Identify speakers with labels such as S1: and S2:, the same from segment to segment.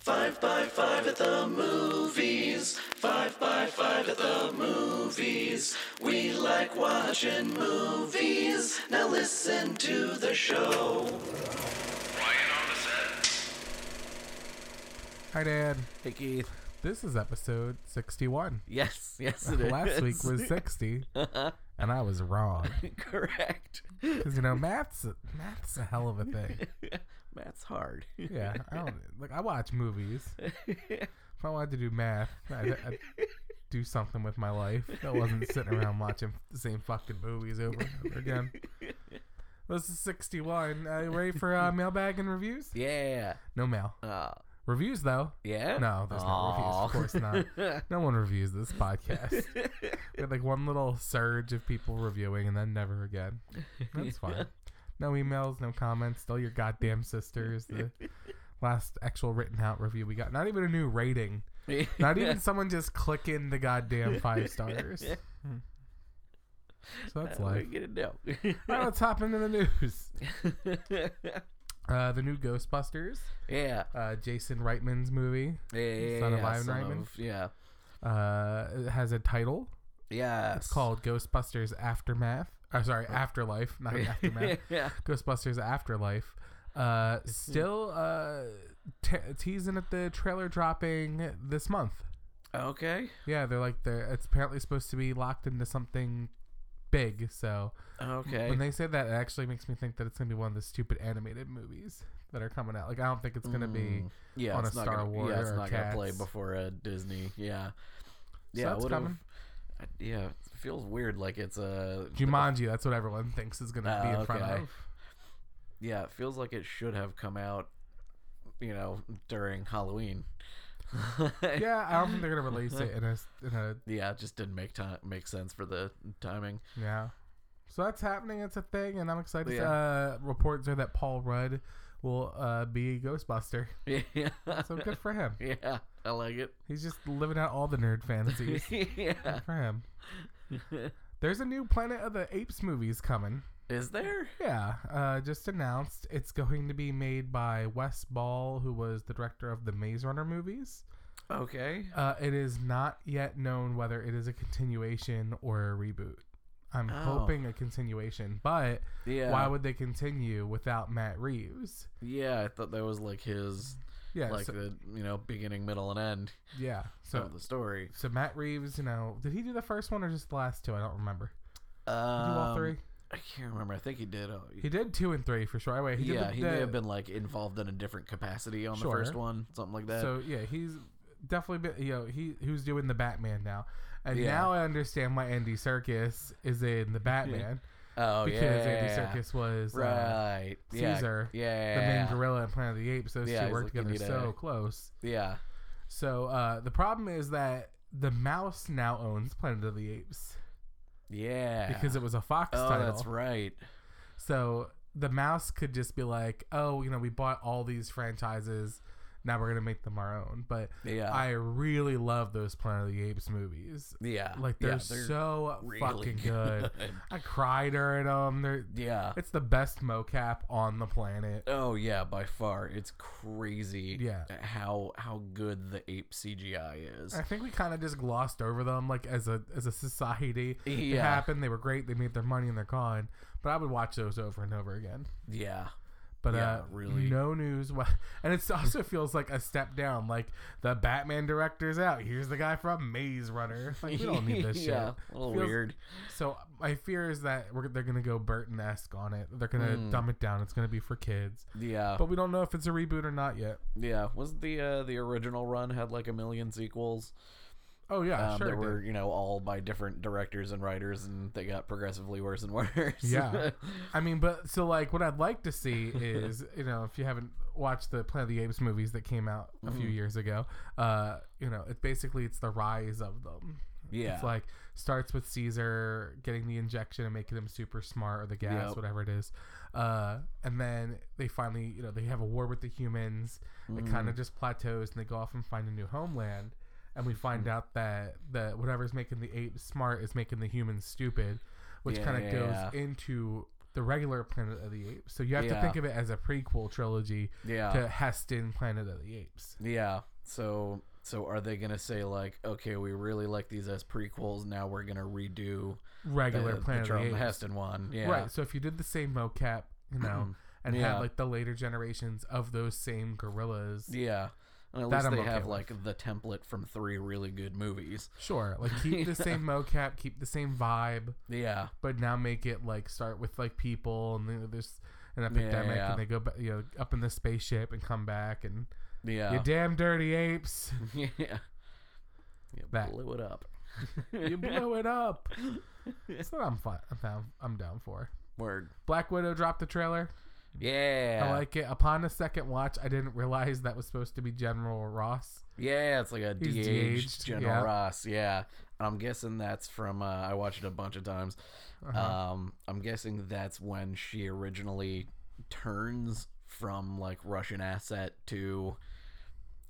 S1: Five by five at the movies. Five by five at the movies. We like watching movies. Now listen to the show.
S2: Quiet on the set.
S3: Hi, Dan.
S4: Hey Keith.
S3: This is episode 61.
S4: Yes, yes it is.
S3: Last week was 60, and I was wrong.
S4: correct.
S3: Because, you know, math's, math's a hell of a thing.
S4: Math's hard.
S3: Yeah. I don't, like, I watch movies. If I wanted to do math, I'd, I'd do something with my life that wasn't sitting around watching the same fucking movies over and over again. This is 61. Are you ready for uh, mailbag and reviews?
S4: yeah.
S3: No mail.
S4: Uh,
S3: Reviews, though.
S4: yeah.
S3: No, there's no reviews. Of course not. No one reviews this podcast.
S4: not.
S3: We had like one little surge of people reviewing and then never again. That's fine. No emails, no comments, still your goddamn sisters. The last actual written out review we got. Not even a new rating. Not even someone just clicking the goddamn five stars. Hmm. So that's
S4: We're
S3: life.
S4: gonna
S3: All right, let's hop into the news.
S4: know.
S3: Uh, the new Ghostbusters,
S4: yeah.
S3: uh, Jason Reitman's movie,
S4: Yeah, yeah,
S3: Son of
S4: yeah,
S3: Ivan
S4: son
S3: Reitman?
S4: of- yeah.
S3: uh, it has a title.
S4: Yeah.
S3: It's called Ghostbusters Aftermath. Oh, sorry, Afterlife, not Aftermath.
S4: yeah.
S3: Ghostbusters Afterlife. Uh, still uh, te- teasing at the trailer dropping this month.
S4: Okay.
S3: Yeah, they're like they're it's apparently supposed to be locked into something big. So
S4: Okay.
S3: when they say that, it actually makes me think that it's gonna be one of the stupid animated movies that are coming out. Like I don't think it's gonna be.
S4: Mm. yeah,
S3: on
S4: it's
S3: a
S4: not
S3: Star
S4: gonna,
S3: Wars
S4: Yeah, it's
S3: or
S4: not gonna play
S3: Cats.
S4: before a Disney. Yeah.
S3: So
S4: Yeah,
S3: that's
S4: would've-
S3: coming.
S4: I- yeah, it feels weird like it's a
S3: Jumanji, that's what everyone thinks is gonna be
S4: Ah,
S3: in front
S4: okay.
S3: of.
S4: Yeah, it feels like it should have come out, you know, during Halloween.
S3: Yeah, I don't think they're gonna release it in a s- in a
S4: Yeah, it just didn't make time make sense for the timing.
S3: Yeah. So that's happening. It's a thing, and I'm excited.
S4: Yeah.
S3: Uh, reports are that Paul Rudd will uh, be a Ghostbuster.
S4: Yeah.
S3: So good for him.
S4: yeah, I like it.
S3: He's just living out all the nerd fantasies.
S4: yeah.
S3: good for him. There's a new Planet of the Apes movies coming.
S4: Is there?
S3: Yeah, uh, just announced. It's going to be made by Wes Ball, who was the director of the Maze Runner movies.
S4: Okay.
S3: Uh, it is not yet known whether it is a continuation or a reboot. I'm
S4: Oh.
S3: hoping a continuation, but
S4: Yeah.
S3: why would they continue without Matt Reeves?
S4: Yeah, I thought that was like his
S3: Yeah,
S4: like
S3: so,
S4: the you know, beginning, middle and end
S3: yeah. So,
S4: of the story.
S3: so Matt Reeves, you know, did he do the first one or just the last two? I don't remember.
S4: Um,
S3: Did he do all three?
S4: I can't remember. I think he did. Oh,
S3: He did two and three for sure. Wait, he
S4: yeah,
S3: did the,
S4: he may
S3: the-
S4: have been like involved in a different capacity on the first
S3: Sure.
S4: one, something like that.
S3: So yeah, he's definitely been. You know, he who's doing the Batman now, and
S4: Yeah.
S3: now I understand why Andy Circus is in the Batman
S4: oh
S3: because
S4: yeah,
S3: Andy Circus was. Uh,
S4: right? yeah,
S3: Caesar,
S4: yeah,
S3: the main gorilla in Planet of the Apes, those
S4: Yeah,
S3: two
S4: he's
S3: work
S4: like, you
S3: together
S4: need
S3: so
S4: a-
S3: close.
S4: yeah.
S3: So uh, the problem is that the mouse now owns Planet of the Apes.
S4: Yeah.
S3: because it was a Fox
S4: Oh,
S3: title.
S4: that's right.
S3: So the mouse could just be like, "Oh, you know, we bought all these franchises. Now we're gonna make them our own." But
S4: Yeah.
S3: I really love those Planet of the Apes movies.
S4: yeah.
S3: Like they're,
S4: yeah,
S3: so
S4: really
S3: fucking good. I cry during them. They're
S4: yeah.
S3: it's the best mocap on the planet.
S4: Oh yeah, by far. It's crazy.
S3: Yeah. Eh.
S4: How how good the ape CGI is.
S3: I think we kind of just glossed over them, like as a as a society. It
S4: Yeah.
S3: happened. They were great. They made their money and they're gone. But I would watch those over and over again.
S4: Yeah.
S3: But
S4: Yeah,
S3: uh,
S4: really.
S3: no news. wha- And it also feels like a step down. Like the Batman director's out. Here's the guy from Maze Runner. Like we don't need this
S4: yeah.
S3: shit.
S4: A little
S3: Feels-
S4: weird.
S3: So my fear is that we're, they're gonna go Burton-esque on it. They're gonna
S4: Mm.
S3: dumb it down. It's gonna be for kids.
S4: Yeah.
S3: But we don't know if it's a reboot or not yet.
S4: yeah. Wasn't the uh the original run had like a million sequels?
S3: Oh yeah,
S4: um,
S3: sure.
S4: that
S3: it
S4: were
S3: did.
S4: you know all by different directors and writers, and they got progressively worse and worse.
S3: Yeah. I mean, but so like what I'd like to see is you know if you haven't watched the Planet of the Apes movies that came out a
S4: Hmm.
S3: few years ago, uh, you know it's basically it's the rise of them.
S4: yeah.
S3: It's like starts with Caesar getting the injection and making him super smart or the gas,
S4: Yep.
S3: whatever it is. Uh, and then they finally, you know, they have a war with the humans. It kind
S4: Mm-hmm.
S3: of just plateaus and they go off and find a new homeland. And we
S4: Mm-hmm.
S3: find out that that whatever's making the apes smart is making the humans stupid, which
S4: Yeah,
S3: kind of
S4: yeah,
S3: goes
S4: yeah.
S3: into the regular Planet of the Apes. So you have to
S4: Yeah.
S3: think of it as a prequel trilogy
S4: Yeah.
S3: to Heston Planet of the Apes.
S4: Yeah. So so are they gonna say like, okay, we really like these as prequels. Now we're gonna redo
S3: Regular
S4: the, the
S3: Planet of
S4: Charlton
S3: the Apes.
S4: Heston one. Yeah.
S3: Right. So if you did the same mocap, you know, and
S4: Yeah.
S3: had like the later generations of those same gorillas,
S4: Yeah. And at
S3: That
S4: least
S3: I'm
S4: they
S3: okay
S4: have
S3: with.
S4: like the template from three really good movies.
S3: sure, like keep the same mocap, keep the same vibe,
S4: Yeah.
S3: but now make it like start with like people and then there's an epidemic
S4: Yeah.
S3: and they go ba- you know up in the spaceship and come back and
S4: Yeah.
S3: you damn dirty apes,
S4: yeah. You
S3: That.
S4: blew it up.
S3: you blew it up. That's what I'm fine. I'm down. I'm down for.
S4: Word.
S3: Black Widow dropped the trailer.
S4: Yeah.
S3: I like it. Upon a second watch, I didn't realize that was supposed to be General Ross.
S4: Yeah, it's like a
S3: He's
S4: DH
S3: de-aged,
S4: General
S3: yeah.
S4: Ross. Yeah, and I'm guessing that's from. Uh, I watched it a bunch of times.
S3: Uh-huh.
S4: Um, I'm guessing that's when she originally turns from like Russian asset to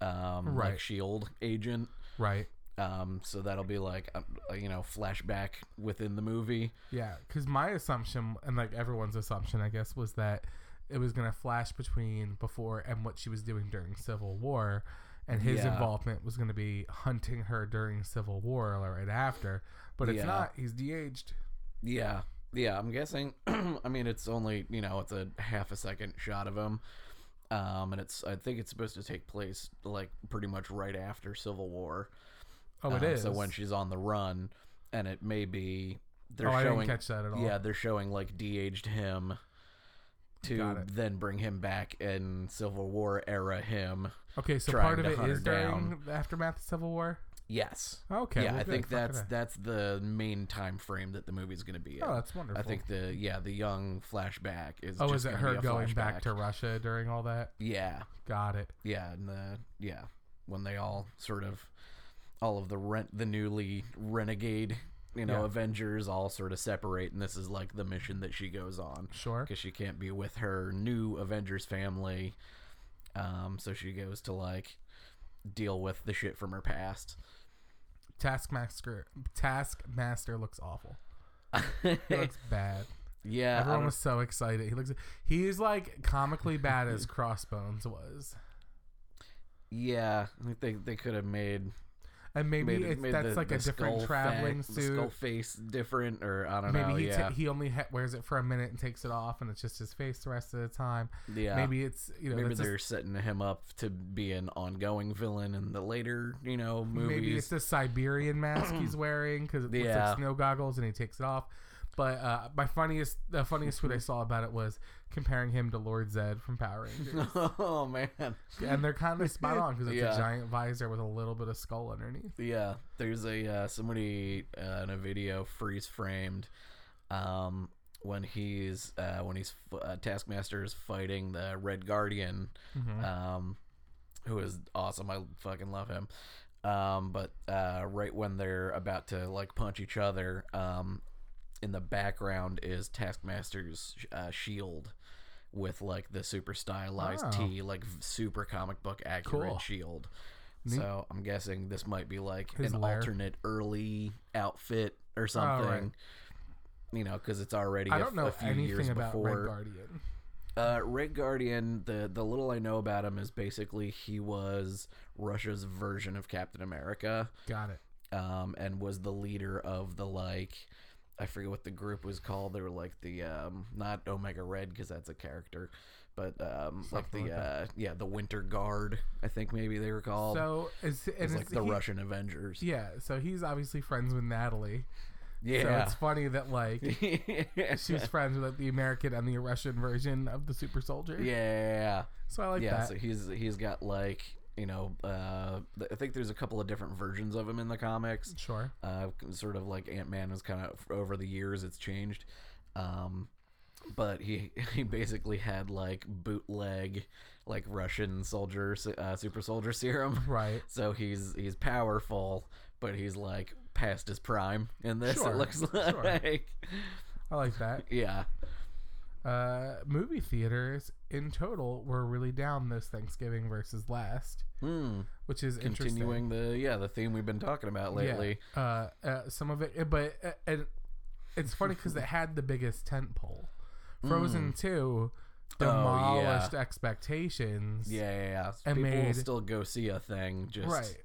S4: um, like
S3: Right.
S4: Shield agent.
S3: right.
S4: Um, so that'll be like a, you know flashback within the movie.
S3: Yeah, because my assumption and like everyone's assumption, I guess, was that it was gonna flash between before and what she was doing during Civil War, and his
S4: Yeah.
S3: involvement was gonna be hunting her during Civil War or right after. But it's
S4: Yeah.
S3: not. He's de-aged.
S4: Yeah, yeah. I'm guessing. I mean, it's only you know, it's a half a second shot of him, um, and it's. I think it's supposed to take place like pretty much right after Civil War.
S3: Oh, it
S4: Um,
S3: is.
S4: So when she's on the run, and it may be they're
S3: oh, I
S4: showing.
S3: didn't catch that at all.
S4: yeah, they're showing like de-aged him
S3: Got
S4: to
S3: it.
S4: then bring him back in Civil War era him.
S3: Okay, so
S4: trying
S3: part of
S4: to
S3: it
S4: hunt
S3: is
S4: her down.
S3: during the aftermath of Civil War.
S4: Yes.
S3: Oh, Okay.
S4: yeah,
S3: well,
S4: I
S3: good.
S4: think
S3: Fuck
S4: that's
S3: it.
S4: that's the main time frame that the movie's going to be in.
S3: Oh, that's wonderful.
S4: I think the yeah the young flashback is.
S3: Oh,
S4: just
S3: is it
S4: gonna be
S3: her
S4: a
S3: going back
S4: flashback.
S3: to Russia during all that?
S4: Yeah,
S3: Got it.
S4: yeah, and the yeah when they all sort of all of the rent the newly renegade you know
S3: Yeah.
S4: Avengers all sort of separate, and this is like the mission that she goes on
S3: Sure.
S4: because she can't be with her new Avengers family, um, so she goes to like deal with the shit from her past.
S3: Taskmaster. Taskmaster looks awful. He looks bad.
S4: yeah, I
S3: Everyone
S4: don't-
S3: was so excited. He looks he's like comically bad as Crossbones was.
S4: yeah. I think they they could have made
S3: And maybe
S4: made, it-
S3: it's,
S4: made
S3: that's
S4: the-
S3: like
S4: the
S3: a different
S4: skull
S3: traveling
S4: fa- the
S3: suit.
S4: skull face different, or I don't
S3: Maybe
S4: know.
S3: he,
S4: yeah,
S3: ta- he only ha- wears it for a minute and takes it off, and it's just his face the rest of the time.
S4: yeah.
S3: Maybe it's you know
S4: Maybe
S3: that's just-
S4: they're setting him up to be an ongoing villain in the later, you know, movies.
S3: maybe it's the Siberian mask he's wearing because it looks
S4: Yeah.
S3: like snow goggles, and he takes it off. But uh, my funniest, the funniest tweet I saw about it was comparing him to Lord Zed from Power Rangers,
S4: oh man,
S3: and they're kind of spot on because it's
S4: Yeah.
S3: a giant visor with a little bit of skull underneath.
S4: yeah. There's a uh, somebody uh, in a video freeze framed um, when he's uh, when he's f- uh, Taskmaster is fighting the Red Guardian,
S3: Mm-hmm.
S4: um, who is awesome. I fucking love him. Um, but uh, right when they're about to like punch each other, um, in the background is Taskmaster's uh, shield with like the super stylized
S3: Oh.
S4: T, like v- super comic book accurate
S3: Cool.
S4: shield. So I'm guessing this might be like
S3: His
S4: an
S3: lair.
S4: alternate early outfit or something. You know, because it's already a
S3: Oh, I
S4: f-
S3: don't
S4: a
S3: know
S4: few years
S3: anything about
S4: before.
S3: Red Guardian.
S4: Uh, Red Guardian. The the little I know about him is basically he was Russia's version of Captain America,
S3: Got it.
S4: um, and was the leader of the like. I forget what the group was called. They were like the um, not Omega Red because that's a character, but um, like the
S3: Something like
S4: uh, yeah the Winter Guard. I think maybe they were called.
S3: So is and
S4: It was
S3: is
S4: like the
S3: he-
S4: Russian Avengers.
S3: Yeah, so he's obviously friends with Natalie. So
S4: Yeah.
S3: it's funny that like she's
S4: yeah.
S3: friends with the American and the Russian version of the super soldier.
S4: Yeah.
S3: So I like
S4: yeah,
S3: that.
S4: so he's he's got like you know uh, th- I think there's a couple of different versions of him in the comics.
S3: sure.
S4: Uh, sort of like Ant Man was kind of over the years it's changed, um, but he he basically had like bootleg like Russian soldier s- uh, super soldier serum.
S3: Right.
S4: So he's he's powerful, but he's like past his prime in this.
S3: Sure,
S4: It looks
S3: sure.
S4: like
S3: I like that.
S4: yeah.
S3: Uh, movie theaters in total were really down this Thanksgiving versus last,
S4: Hmm.
S3: which is
S4: continuing the yeah the theme we've been talking about
S3: interesting.
S4: lately.
S3: Yeah. eh, Uh, uh, some of it, but uh, and it's funny because it had the biggest tent pole
S4: Mm.
S3: Frozen Two demolished expectations.
S4: Oh, Yeah, yeah, yeah.
S3: And
S4: People will
S3: made-
S4: still go see a thing. Just
S3: right.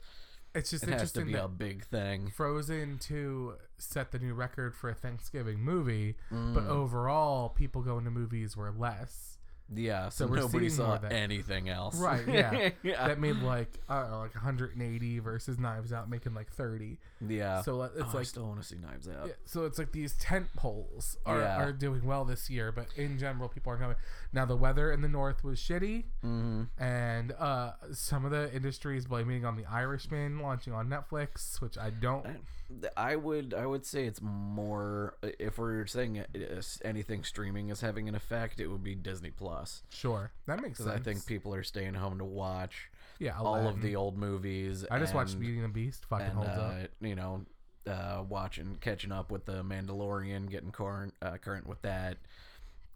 S3: It's just
S4: it has to
S3: interesting
S4: be
S3: that
S4: a big thing.
S3: Frozen Two set the new record for a Thanksgiving movie, but
S4: Mm.
S3: overall, people going to movies were less.
S4: Yeah, so,
S3: we're
S4: nobody
S3: seeing more
S4: saw
S3: of that.
S4: anything else.
S3: Right, yeah.
S4: yeah.
S3: That made like I don't know, like 180 versus Knives Out making like 30.
S4: yeah.
S3: So like, it's
S4: Oh, I
S3: like
S4: still want to see Knives Out.
S3: Yeah, so it's like these tent poles are,
S4: Yeah.
S3: are doing well this year, but in general, people are coming. Now the weather in the north was shitty,
S4: Mm-hmm.
S3: and uh, some of the industry is blaming on the Irishman launching on Netflix, which I don't.
S4: Th- I would I would say it's more if we're saying it is- anything streaming is having an effect, it would be Disney Plus
S3: Sure, that makes
S4: because
S3: sense.
S4: I think people are staying home to watch
S3: yeah,
S4: all
S3: Aladdin.
S4: of the old movies.
S3: I just watched
S4: and-
S3: Beauty and the Beast. Fucking
S4: and
S3: holds
S4: uh,
S3: up.
S4: you know, uh, watching catching up with the Mandalorian, getting current uh, current with that.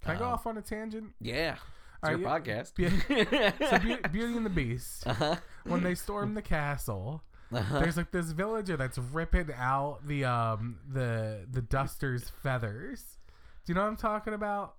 S3: Can I go off on a tangent?
S4: Yeah, it's
S3: Are
S4: your
S3: you-
S4: podcast.
S3: So Be- Beauty and the Beast, when they storm the castle, there's like this villager that's ripping out the um the the duster's feathers. Do you know what I'm talking about?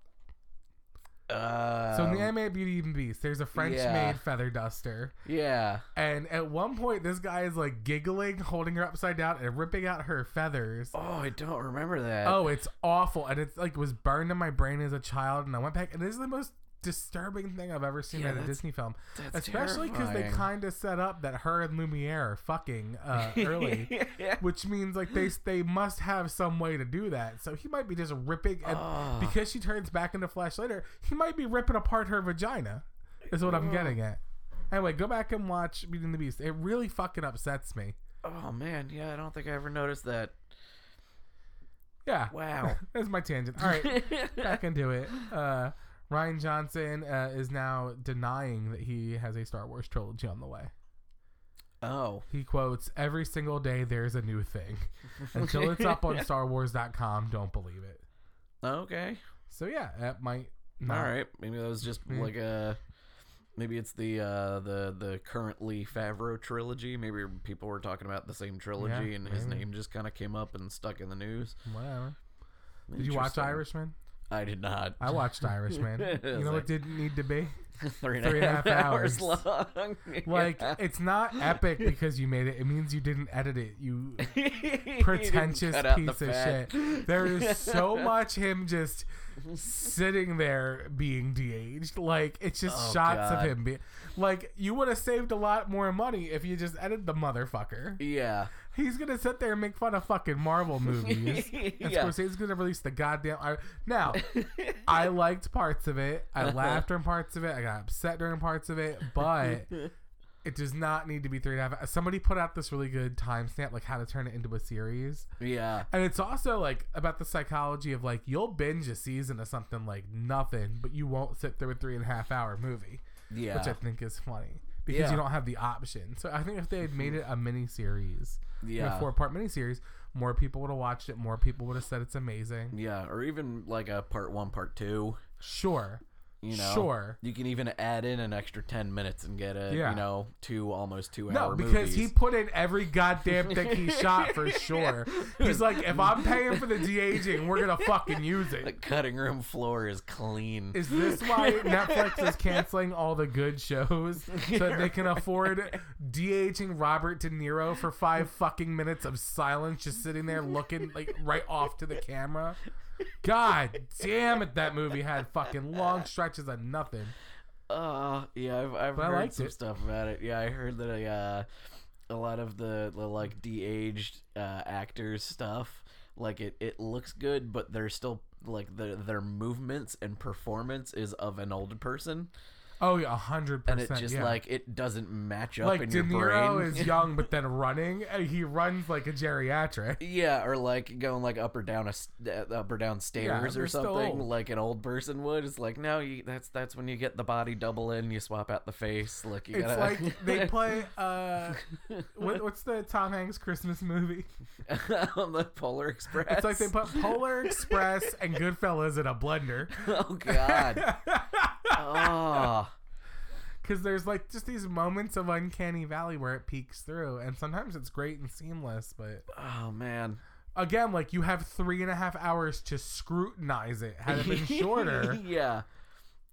S4: Uh,
S3: So in the anime Beauty and the Beast, there's a French
S4: yeah.
S3: made feather duster.
S4: yeah,
S3: And at one point this guy is like giggling, holding her upside down and ripping out her feathers.
S4: oh, I don't remember that.
S3: Oh, it's awful. And it's like was burned in my brain as a child and I went back and this is the most disturbing thing I've ever seen
S4: Yeah,
S3: at a
S4: that's-
S3: Disney film.
S4: that's
S3: Especially because they
S4: terrifying.
S3: kind of set up that her and Lumiere are fucking uh, early,
S4: Yeah.
S3: which means like they they must have some way to do that. So he might be just ripping, and
S4: Ah.
S3: because she turns back into Flash later, he might be ripping apart her vagina. Is what I'm getting at. Anyway, go back and watch Beauty and the Beast. It really fucking upsets me.
S4: Oh man, yeah, I don't think I ever noticed that.
S3: Yeah.
S4: Wow.
S3: That's my tangent. All right, back into it. Uh, Ryan Johnson uh, is now denying that he has a Star Wars trilogy on the way.
S4: oh,
S3: He quotes, Every single day there's a new thing. Until it's up on StarWars.com, don't believe it.
S4: okay.
S3: So, yeah, that might not.
S4: All right, maybe that was just
S3: Mm.
S4: like a. Maybe it's the uh, the the currently Favreau trilogy. Maybe people were talking about the same trilogy,
S3: Yeah,
S4: and his
S3: maybe.
S4: name just kind of came up and stuck in the news.
S3: Whatever. Did you watch
S4: Interesting.
S3: Irishman?
S4: I did not.
S3: I watched Irishman.
S4: It's
S3: you know
S4: like-
S3: what didn't need to be?
S4: three and a half hours,
S3: hours.
S4: long.
S3: Like, it's not epic because you made it. It means you didn't edit it. You
S4: You didn't
S3: pretentious
S4: cut out the
S3: piece of
S4: fat.
S3: shit. There is so much him just sitting there being de-aged. Like it's just
S4: Oh,
S3: shots
S4: God.
S3: of him being like you would have saved a lot more money if you just edited the motherfucker.
S4: Yeah.
S3: He's gonna sit there and make fun of fucking Marvel movies. And
S4: Yeah.
S3: Scorsese's gonna release the goddamn. I, now, I liked parts of it. I laughed during parts of it. I got upset during parts of it, but it does not need to be three and a half. Somebody put out this really good timestamp, like how to turn it into a series.
S4: Yeah.
S3: And it's also like about the psychology of like you'll binge a season of something like nothing, but you won't sit through a three and a half hour movie,
S4: Yeah.
S3: which I think is funny because
S4: Yeah. Mm-hmm.
S3: you don't have the option. So I think if they had made it a mini series,
S4: Yeah.
S3: a four part mini series, more people would have watched it. More people would have said it's amazing.
S4: yeah. Or even like a part one, part two.
S3: Sure,
S4: You know.
S3: sure.
S4: You can even add in an extra ten minutes and get a
S3: Yeah.
S4: you know two almost two
S3: No,
S4: hour
S3: because he
S4: movies.
S3: put in every goddamn thing he shot for sure. He's like, if I'm paying for the de aging, we're gonna fucking use it.
S4: the cutting room floor is clean.
S3: Is this why Netflix is canceling all the good shows so that they can afford DHing Robert De Niro for five fucking minutes of silence, just sitting there looking like right off to the camera? God damn it! That movie had fucking long stretches of nothing.
S4: Uh, yeah, I've, I've
S3: But I
S4: heard
S3: liked
S4: some
S3: it.
S4: stuff about it. Yeah, I heard that I, uh, a lot of the, the like de-aged uh, actors stuff, like it, it looks good, but they're still like the, their movements and performance is of an old person,
S3: Oh yeah, a hundred
S4: and
S3: percent.
S4: it just
S3: yeah.
S4: like it doesn't match up
S3: like
S4: in
S3: De
S4: your
S3: Niro
S4: brain.
S3: is young, but then running, uh, he runs like a geriatric.
S4: Yeah, or like going like up or down a st- uh, up or down stairs
S3: they're
S4: or
S3: still
S4: something
S3: old.
S4: like an old person would. It's like no, you, that's that's when you get the body double in, you swap out the face. Like you
S3: It's
S4: gotta,
S3: like they play. uh what, What's the Tom Hanks Christmas movie?
S4: on the Polar Express.
S3: It's like they put Polar Express and Goodfellas in a blender
S4: Oh God. oh.
S3: because there's like just these moments of uncanny valley where it peeks through, and sometimes it's great and seamless, but
S4: oh man.
S3: again, like you have three and a half hours to scrutinize it. Had it been shorter,
S4: yeah.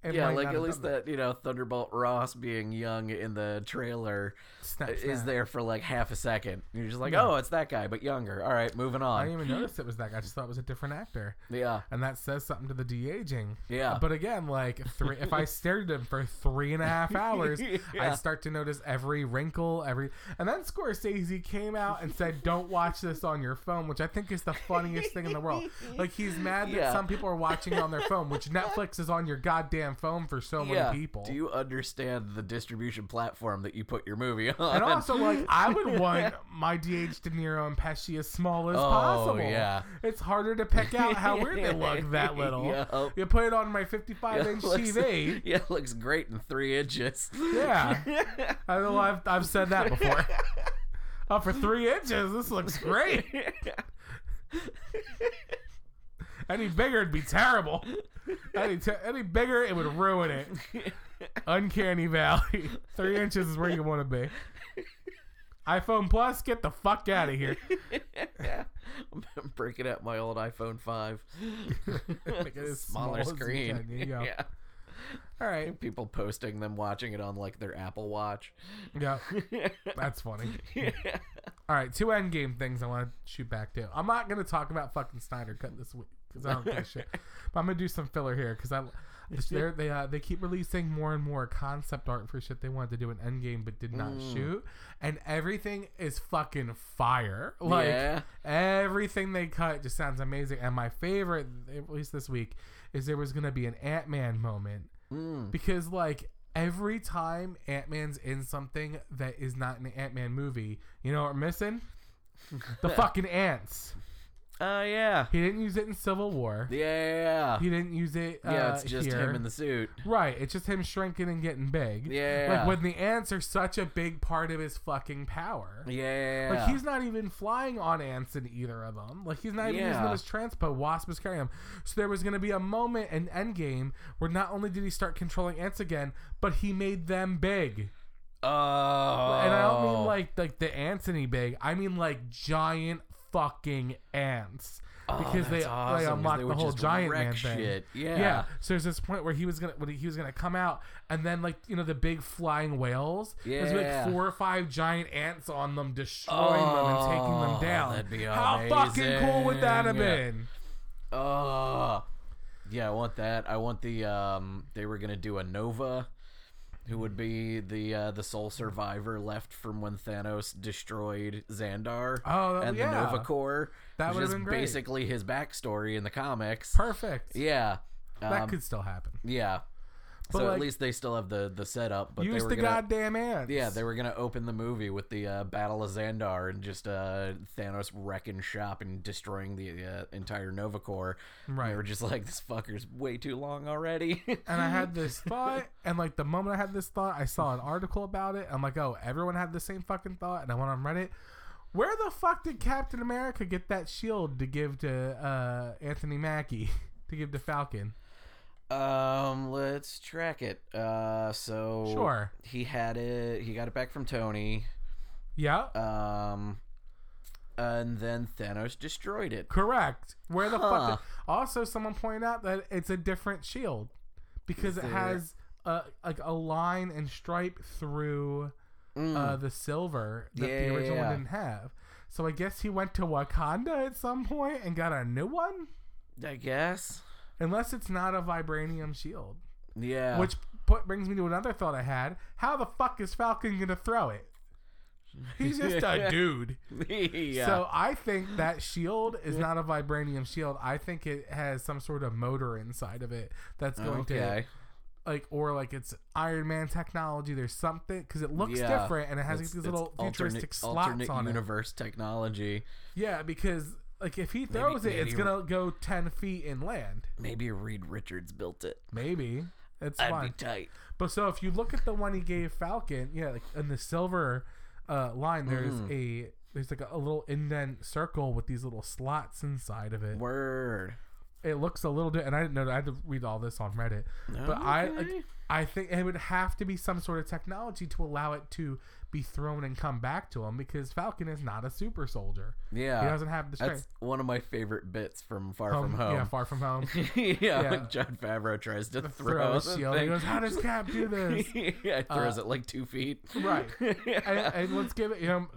S3: it
S4: yeah,
S3: might
S4: like
S3: not
S4: at
S3: have
S4: least
S3: done
S4: that, you know, Thunderbolt Ross being young in the trailer
S3: Snap,
S4: is
S3: snap.
S4: there for like half a second. You're just like,
S3: Yeah.
S4: oh, it's that guy, but younger. All right, moving
S3: I
S4: on.
S3: didn't even notice it was that guy. I just thought it was a different actor,
S4: yeah,
S3: and that says something to the de aging.
S4: yeah.
S3: But again, like three, if I stared at him for three and a half hours,
S4: Yeah.
S3: I'd start to notice every wrinkle, every. And then Scorsese came out and said, "Don't watch this on your phone," which I think is the funniest thing in the world. Like he's mad that
S4: Yeah.
S3: some people are watching it on their phone, which Netflix is on your goddamn phone for so
S4: yeah.
S3: many people.
S4: Do you understand the distribution platform that you put your movie on?
S3: and also, like, I would want my DH De Niro and Pesci as small as
S4: Oh,
S3: possible.
S4: yeah.
S3: It's harder to pick out how weird they look that little.
S4: Yup.
S3: You put it on my 55 inch
S4: looks-
S3: TV.
S4: Yeah, looks great in three inches.
S3: Yeah. I know I've, I've said that before. oh, for three inches, this looks great. Any bigger, it'd be terrible. Any, te- any bigger, it would ruin it. Uncanny Valley. Three inches is where you want to be. iPhone Plus, get the fuck out of here.
S4: I'm breaking out my old iPhone 5.
S3: Make it as small
S4: Smaller
S3: as you
S4: screen.
S3: can, yeah.
S4: yeah.
S3: All right.
S4: People posting them watching it on like their Apple Watch. Uh,
S3: Yeah, that's funny. All right, two end game things I want to shoot back to. I'm not gonna talk about fucking Snyder Cut this week because I don't give a shit. But I'm gonna do some filler here because I they're, they uh, they keep releasing more and more concept art for shit they wanted to do in Endgame but did not shoot, and everything is fucking fire. Like
S4: Yeah.
S3: everything they cut just sounds amazing. And my favorite, at least this week, is there was gonna be an Ant Man moment
S4: Mm.
S3: because like every time Ant Man's in something that is not an Ant Man movie, you know what we're missing? The fucking ants.
S4: Oh yeah.
S3: He didn't use it in Civil War.
S4: Yeah.
S3: He didn't use it. Uh,
S4: Yeah, it's just
S3: here.
S4: him in the suit.
S3: Right, it's just him shrinking and getting big.
S4: Yeah.
S3: like when the ants are such a big part of his fucking power.
S4: Yeah.
S3: Like he's not even flying on ants in either of them. Like he's not even using them
S4: Yeah.
S3: as transpo. Wasp was carrying him. So there was going to be a moment in Endgame where not only did he start controlling ants again, but he made them big.
S4: Oh.
S3: And I don't mean like like the ants any big. I mean like giant fucking ants
S4: Oh,
S3: because they they unlock the whole giant man thing.
S4: Yeah.
S3: Yeah. So there's this point where he was gonna when he was gonna come out, and then like you know the big flying whales. There's
S4: Yeah.
S3: like four or five giant ants on them, destroying them and taking
S4: Oh,
S3: them down.
S4: that'd be
S3: How fucking cool would that have
S4: amazing.
S3: been?
S4: Oh. Yeah, I want that. I want the um they were going to do a Nova who would be the uh, the sole survivor left from when Thanos destroyed Xandar
S3: Oh, that-
S4: and
S3: yeah.
S4: the Nova Corps.
S3: That
S4: which
S3: would've
S4: is
S3: been great.
S4: basically his backstory in the comics.
S3: Perfect.
S4: Yeah.
S3: That
S4: Um,
S3: could still happen.
S4: Yeah.
S3: But,
S4: so
S3: like,
S4: at least they still have the the setup, but they
S3: Use
S4: were
S3: the
S4: gonna,
S3: goddamn ants.
S4: yeah, they were gonna open the movie with the uh, Battle of Xandar and just uh, Thanos wrecking shop and destroying the uh, entire Nova Corps. And
S3: Right.
S4: They were just like, this fucker's way too long already.
S3: and I had this thought, and like the moment I had this thought, I saw an article about it. I'm like, oh, everyone had the same fucking thought, and I went on Reddit. Where the fuck did Captain America get that shield to give to uh, Anthony Mackie to give to Falcon?
S4: um, let's track it. Uh, so
S3: Sure.
S4: he had it. He got it back from Tony.
S3: Yeah,
S4: Um, and then Thanos destroyed it.
S3: correct. Where the
S4: Huh.
S3: fuck? Did... Also, someone pointed out that it's a different shield because it
S4: there-
S3: has a like a line and stripe through
S4: Mm.
S3: uh, the silver that the
S4: Yeah,
S3: original
S4: yeah,
S3: one
S4: yeah.
S3: didn't have. So I guess he went to Wakanda at some point and got a new one.
S4: I guess.
S3: Unless it's not a vibranium shield.
S4: Yeah.
S3: Which put, brings me to another thought I had. How the fuck is Falcon going to throw it? He's just a dude.
S4: yeah.
S3: So I think that shield is not a vibranium shield. I think it has some sort of motor inside of it that's going
S4: okay.
S3: to like or like it's Iron Man technology. There's something because it looks
S4: Yeah.
S3: different and it has like,
S4: It's-
S3: these
S4: it's
S3: little futuristic
S4: alternate
S3: slots on it.
S4: universe technology.
S3: Yeah, because like if he throws it, it's
S4: maybe-
S3: gonna go ten feet and land.
S4: Maybe Reed Richards built it.
S3: Maybe. It's
S4: That'd
S3: fine.
S4: be tight.
S3: But so if you look at the one he gave Falcon, yeah, like in the silver uh, line, there's
S4: Mm-hmm.
S3: a there's like a, a little indent circle with these little slots inside of it.
S4: Word.
S3: It looks a little bit, and I didn't know. That. I had to read all this on Reddit, but I like,
S4: Oh, Okay.
S3: I think it would have to be some sort of technology to allow it to be thrown and come back to him because Falcon is not a super soldier.
S4: Yeah.
S3: He doesn't have the
S4: That's
S3: strength.
S4: one of my favorite bits from Far
S3: Um,
S4: From Home.
S3: Yeah, far from home.
S4: yeah,
S3: Yeah.
S4: when John Favreau tries to
S3: Throw
S4: throw,
S3: a
S4: the
S3: shield. He
S4: thing.
S3: goes, "How does Cap do this?"
S4: yeah, it throws
S3: Uh,
S4: it like two feet.
S3: right. and, and let's give it. You know,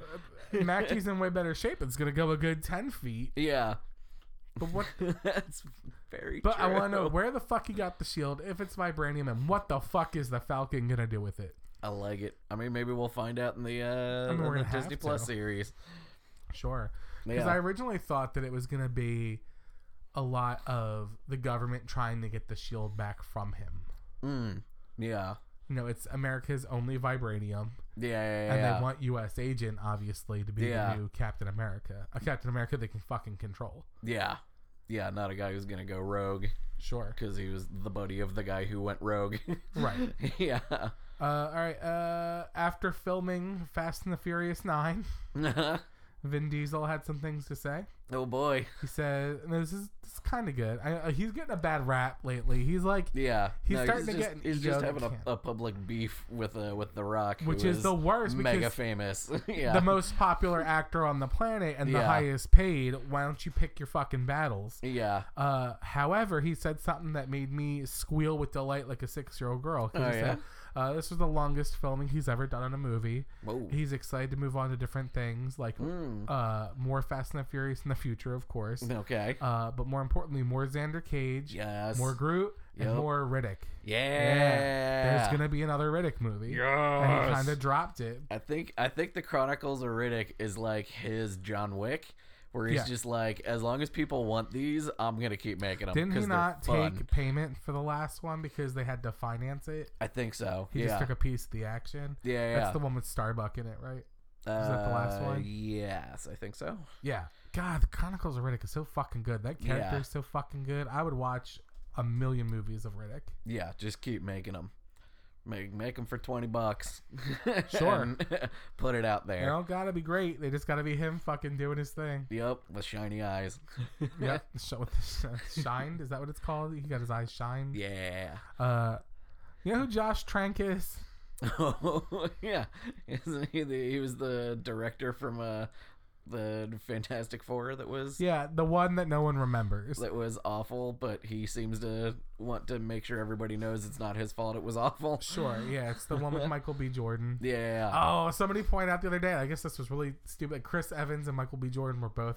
S3: Mackey's in way better shape. It's gonna go a good ten feet.
S4: yeah,
S3: But what?
S4: that's very.
S3: But I
S4: true.
S3: want to know where the fuck he got the shield, if it's vibranium, and what the fuck is the Falcon gonna do with it?
S4: I like it. I mean, maybe we'll find out in the uh,
S3: mean, we're
S4: in the
S3: gonna have
S4: Disney
S3: to.
S4: Plus series.
S3: Sure. Because
S4: Yeah.
S3: I originally thought that it was going to be a lot of the government trying to get the shield back from him.
S4: Mm. Yeah.
S3: You know, it's America's only vibranium,
S4: Yeah. Yeah.
S3: and
S4: yeah.
S3: they want U.S. agent obviously to be
S4: Yeah.
S3: the new Captain America, a Captain America they can fucking control.
S4: yeah. Yeah. Not a guy who's gonna go rogue
S3: Sure.
S4: because he was the buddy of the guy who went rogue.
S3: Right.
S4: yeah.
S3: Uh, all right. Uh, after filming Fast and the Furious Nine, Vin Diesel had some things to say.
S4: oh boy.
S3: He said, and "This is, this is kind of good. I, uh, he's getting a bad rap lately. He's like."
S4: Yeah,
S3: He's
S4: No,
S3: starting to
S4: just,
S3: get
S4: He's
S3: ego
S4: just
S3: that
S4: having
S3: can't-
S4: a, a public beef with uh, with The Rock, who
S3: Which is the worst
S4: Mega
S3: because
S4: famous. yeah,
S3: the most popular actor on the planet and the
S4: Yeah.
S3: highest paid. Why don't you pick your fucking battles?
S4: Yeah.
S3: Uh, however, he said something that made me squeal with delight like a six year old girl. 'cause
S4: Oh,
S3: he said, uh, this was the longest filming he's ever done on a movie.
S4: Whoa.
S3: He's excited to move on to different things like
S4: Mm.
S3: uh, more Fast and the Furious in the future, of course.
S4: Okay.
S3: Uh, but more importantly, more Xander Cage,
S4: yes.
S3: more Groot, and
S4: Yep.
S3: more Riddick.
S4: yeah.
S3: There's going to be another Riddick movie. And he
S4: Yes.
S3: kind of dropped it.
S4: I think I think the Chronicles of Riddick is like his John Wick, where he's
S3: Yeah.
S4: just like, as long as people want these, I'm gonna keep making them.
S3: Didn't he not
S4: Um, fun.
S3: take payment for the last one because they had to finance it?
S4: I think so.
S3: He
S4: yeah.
S3: just took a piece of the action.
S4: yeah. Yeah.
S3: That's the one with Starbuck in it, right?
S4: uh,
S3: that the last one?
S4: Yes, I think so.
S3: Yeah. God, the Chronicles of Riddick is so fucking good. That
S4: Yeah.
S3: character is so fucking good. I would watch a million movies of Riddick.
S4: Yeah, just keep making them. Make make them for twenty bucks.
S3: Sure.
S4: And put it out
S3: They
S4: there.
S3: don't gotta be great. They just gotta be him fucking doing his thing.
S4: Yep, with shiny eyes.
S3: Yep. Sh- what the sh- shined? Is that what it's called? He got his eyes shined.
S4: yeah.
S3: Uh, you know who Josh Trank is?
S4: Oh yeah. Isn't he the? He was the director from uh, the Fantastic Four that was
S3: Yeah, the one that no one remembers.
S4: that was awful, but he seems to want to make sure everybody knows it's not his fault. It was awful.
S3: Sure. Yeah, it's the one with Michael B. Jordan.
S4: Yeah.
S3: Oh, somebody pointed out the other day. I guess this was really stupid. Chris Evans and Michael B. Jordan were both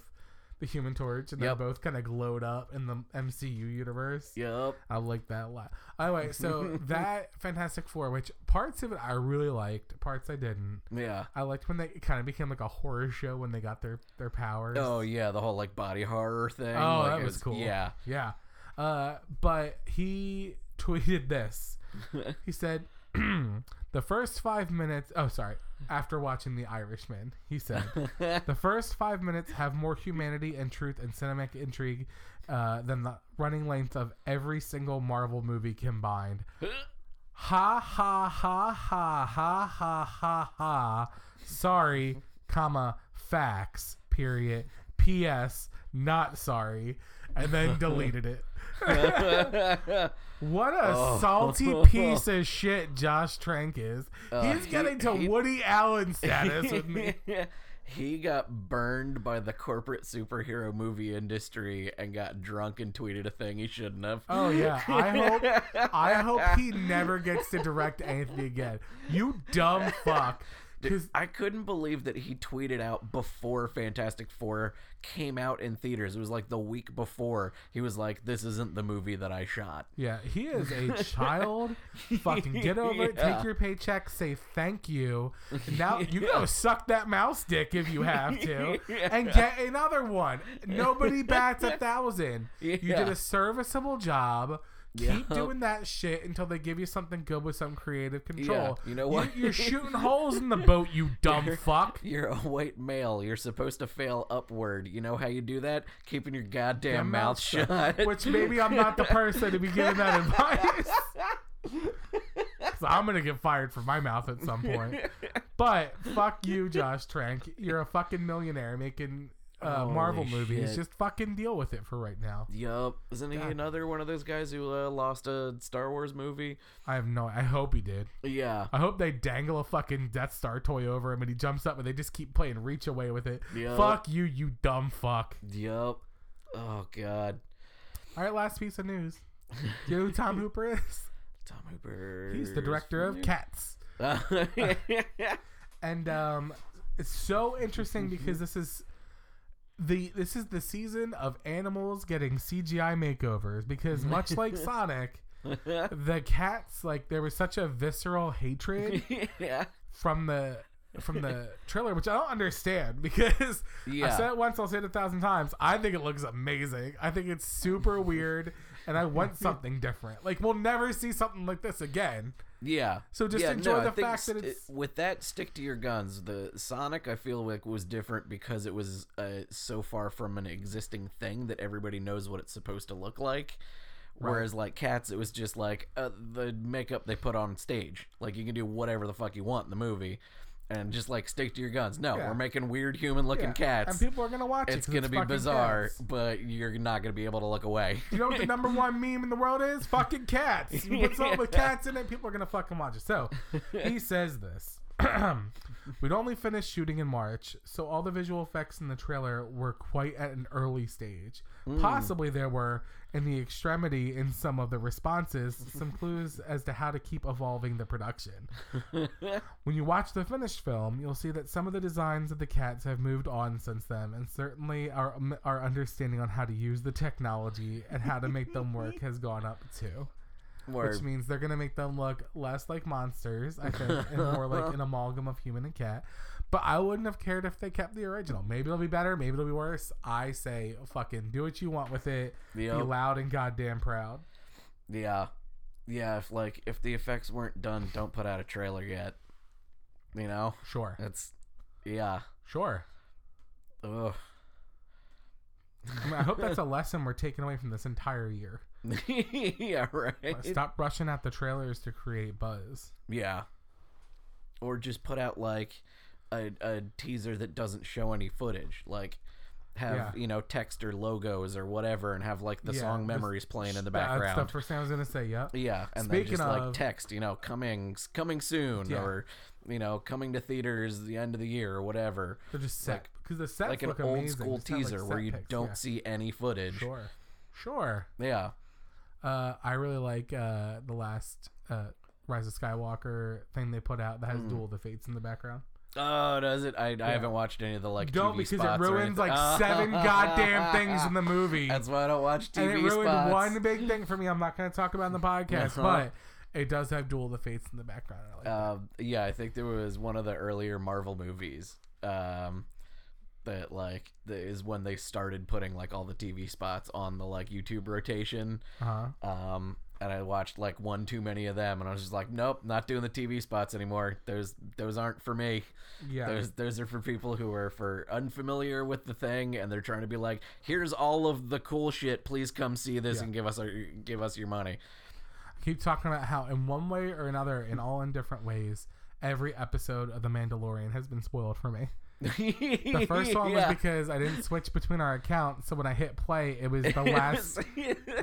S3: the Human Torch, and
S4: Yep.
S3: they're both kind of glowed up in the MCU universe.
S4: Yep.
S3: I like that a lot. Anyway, so that Fantastic Four, which parts of it I really liked, parts I didn't.
S4: Yeah.
S3: I liked when they kind of became like a horror show when they got their their powers.
S4: Oh yeah, the whole like body horror thing.
S3: Oh,
S4: like,
S3: that
S4: it
S3: was cool.
S4: Yeah.
S3: yeah. Uh, but he tweeted this. He said, "The first five minutes. Oh, sorry. After watching The Irishman, he said." The first five minutes have more humanity and truth and cinematic intrigue uh, than the running length of every single Marvel movie combined. Ha ha ha ha ha ha ha ha. Sorry, comma facts. Period. P.S. Not sorry, and then deleted it. what a
S4: Oh.
S3: salty piece of shit Josh Trank is. He's
S4: Uh, he-
S3: getting to
S4: he-
S3: Woody Allen status with me.
S4: He got burned by the corporate superhero movie industry and got drunk and tweeted a thing he shouldn't have.
S3: Oh yeah, I hope I hope he never gets to direct anything again. You dumb fuck. Because
S4: I couldn't believe that he tweeted out before Fantastic Four came out in theaters. It was like the week before. He was like, "This isn't the movie that I shot."
S3: yeah, he is a child. Fucking get over it. Take
S4: Yeah.
S3: your paycheck. Say thank you. Now you go suck that mouse dick if you have to, and get another one. Nobody bats a thousand. You did
S4: Yeah.
S3: a serviceable job. Keep
S4: Yep.
S3: doing that shit until they give you something good with some creative control.
S4: you know what?
S3: You're shooting holes in the boat, you dumb fuck.
S4: You're a white male. You're supposed to fail upward. You know how you do that? Keeping your goddamn
S3: Your
S4: mouth, shut.
S3: Which maybe I'm not the person to be giving that advice. So I'm gonna get fired from my mouth at some point. But fuck you, Josh Trank. You're a fucking millionaire making uh, Marvel
S4: Holy
S3: movies.
S4: shit.
S3: Just fucking deal with it for right now.
S4: Yup. Isn't he
S3: God.
S4: another one of those guys who uh, lost a Star Wars movie?
S3: I have no. I hope he did.
S4: Yeah.
S3: I hope they dangle a fucking Death Star toy over him and he jumps up and they just keep playing reach away with it.
S4: Yup.
S3: Fuck you, you dumb fuck.
S4: Yup. Oh God.
S3: All right, last piece of news. Do you know who Tom Hooper is?
S4: Tom Hooper.
S3: He's the director of Cats. and um, it's so interesting because this is the this is the season of animals getting CGI makeovers because
S4: Mm-hmm.
S3: much like Sonic, the cats like there was such a visceral hatred
S4: yeah.
S3: from the from the trailer, which I don't understand because I
S4: Yeah.
S3: said it once, I'll say it a thousand times. I think it looks amazing. I think it's super weird, and I want something different. Like we'll never see something like this again.
S4: Yeah.
S3: So just
S4: Yeah,
S3: enjoy
S4: no, I
S3: the
S4: think
S3: fact that
S4: st-
S3: it's
S4: with that stick to your guns. The Sonic I feel like was different because it was uh, so far from an existing thing that everybody knows what it's supposed to look like. Whereas like Cats, it was just like uh, the makeup they put on stage. Like you can do whatever the fuck you want in the movie, and just like stick to your guns. No,
S3: Yeah.
S4: we're making weird human looking
S3: yeah,
S4: cats.
S3: and people are gonna watch it.
S4: it's
S3: 'cause
S4: gonna be
S3: fucking
S4: bizarre,
S3: cats.
S4: but you're not gonna be able to look away.
S3: You know what the number one meme in the world is? Fucking cats. You put something with cats in it, people are gonna fucking watch it. So he says this. We'd only finished shooting in March, so all the visual effects in the trailer were quite at an early stage. Possibly there were, in the extremity in some of the responses, some clues as to how to keep evolving the production. When you watch the finished film, you'll see that some of the designs of the cats have moved on since then, and certainly our our understanding on how to use the technology and how to make them work has gone up too.
S4: Where
S3: Which means they're gonna make them look less like monsters, I think, and more like an amalgam of human and cat. But I wouldn't have cared if they kept the original. Maybe it'll be better, maybe it'll be worse. I say, fucking do what you want with it. Be
S4: Yep.
S3: loud and goddamn proud.
S4: Yeah. Yeah, if like if the effects weren't done, don't put out a trailer yet. You know?
S3: Sure,
S4: It's yeah.
S3: sure.
S4: Ugh.
S3: I, mean, I hope that's a lesson we're taking away from this entire year.
S4: yeah, right.
S3: Stop rushing out the trailers to create buzz.
S4: Yeah. Or just put out like a, a teaser that doesn't show any footage. Like have,
S3: Yeah.
S4: you know, text or logos or whatever and have like the
S3: Yeah,
S4: song
S3: just
S4: memories playing in the
S3: Yeah, That's the
S4: background.
S3: first thing I was gonna say. Yep.
S4: Yeah, and
S3: Speaking
S4: then just like
S3: of-
S4: text, you know, coming coming soon
S3: Yeah.
S4: or you know, coming to theaters the end of the year or whatever.
S3: They're just set because the sets
S4: like an
S3: look
S4: old
S3: amazing.
S4: school
S3: Just have, like,
S4: teaser
S3: set
S4: where you
S3: pics,
S4: don't
S3: yeah.
S4: see any footage.
S3: Sure, sure.
S4: Yeah.
S3: Uh, I really like uh, the last uh, Rise of Skywalker thing they put out that
S4: Hmm.
S3: has Duel of the Fates in the background.
S4: Oh, does it? I, I haven't watched any of the like
S3: Don't
S4: TV
S3: because it
S4: spots or
S3: ruins
S4: anything.
S3: like seven goddamn things in the movie,
S4: That's why I don't watch TV
S3: and it ruined
S4: spots.
S3: one big thing for me. I'm not gonna talk about in the podcast,
S4: Uh-huh.
S3: but it does have Duel of the Fates in the background. and I like
S4: Um, yeah, I think there was one of the earlier Marvel movies. Um, that like that is when they started putting like all the TV spots on the like YouTube rotation.
S3: uh-huh.
S4: Um, and I watched like one too many of them, and I was just like, nope, not doing the TV spots anymore. Those those aren't for me.
S3: Yeah.
S4: Those those are for people who are for unfamiliar with the thing and they're trying to be like, here's all of the cool shit. Please come see this and give us our give us your money.
S3: keep talking about how in one way or another in all in different ways every episode of the mandalorian has been spoiled for me the
S4: the
S3: first one was because i didn't switch between our accounts so when i hit play it was the last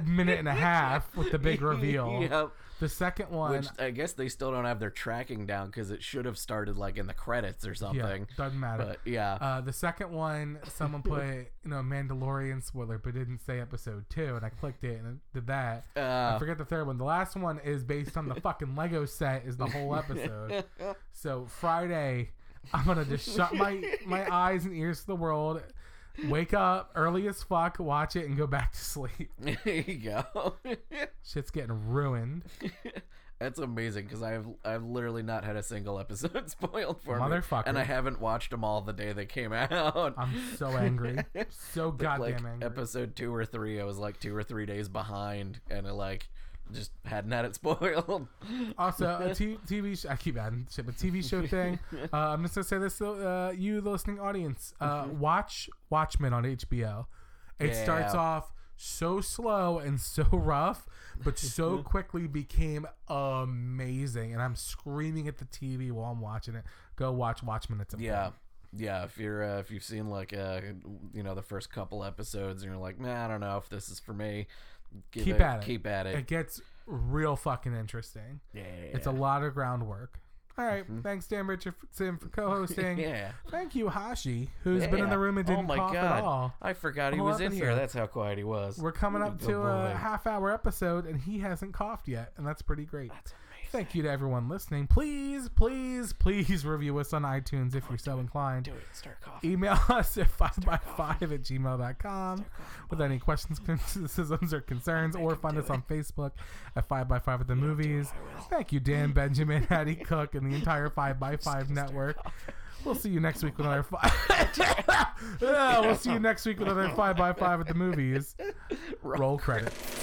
S3: minute and a half with the big reveal
S4: Yep.
S3: the second one
S4: Which I guess they still don't have their tracking down because it should have started like in the credits or
S3: yeah,
S4: something.
S3: doesn't matter
S4: But yeah.
S3: Uh, the second one, someone put you know Mandalorian spoiler, but didn't say episode two, and I clicked it and it did that. I
S4: Uh.
S3: forget the third one. The last one is based on the fucking Lego set. Is the whole episode. so Friday, I'm gonna just shut my my eyes and ears to the world, wake up early as fuck, watch it, and go back to sleep.
S4: there you go.
S3: Shit's getting ruined,
S4: That's amazing because I've I've literally not had a single episode spoiled for me,
S3: Motherfucker.
S4: and I haven't watched them all the day they came out.
S3: I'm so angry, so
S4: Like,
S3: goddamn angry.
S4: episode two or three, I was like two or three days behind, and I like just hadn't had it spoiled.
S3: Also, a t- TV. Sh- I keep adding shit, but TV show thing. Uh, I'm just gonna say this: uh, you, the listening audience, uh, watch Watchmen on HBO. It starts
S4: Mm-hmm. Yeah.
S3: off so slow and so rough, but so
S4: Mm-hmm.
S3: quickly became amazing. And I'm screaming at the TV while I'm watching it. Go watch Watchmen. It's important.
S4: yeah, yeah, if you're uh, if you've seen like uh you know the first couple episodes and you're like, man, I don't know if this is for me. give
S3: Keep at it.
S4: Keep at it.
S3: It gets real fucking interesting.
S4: yeah, Mm-hmm.
S3: It's a lot of groundwork. All right, thanks, Dan Richard Sim, for co-hosting.
S4: Yeah.
S3: Thank you, Hashi, who's been in the room and didn't
S4: oh my
S3: cough
S4: God.
S3: at all.
S4: I forgot he
S3: Whole
S4: was in here.
S3: episode.
S4: That's how quiet he was.
S3: We're coming up
S4: Oh,
S3: to uh, a
S4: boy.
S3: half-hour episode, and he hasn't coughed yet, and that's pretty great.
S4: That's amazing.
S3: Thank you to everyone listening. Please, please, please review us on iTunes if you're so inclined.
S4: Do it. Start coughing.
S3: Email us at 5by5 at gmail.com with any questions, criticisms, or concerns, or find us on Facebook at 5by5 at the Movies. Thank you, Dan Benjamin, Hattie Cook, and the entire 5by5 network. We'll see you next week with another five. we'll see you next week with another 5 by 5 at the movies. Roll credits.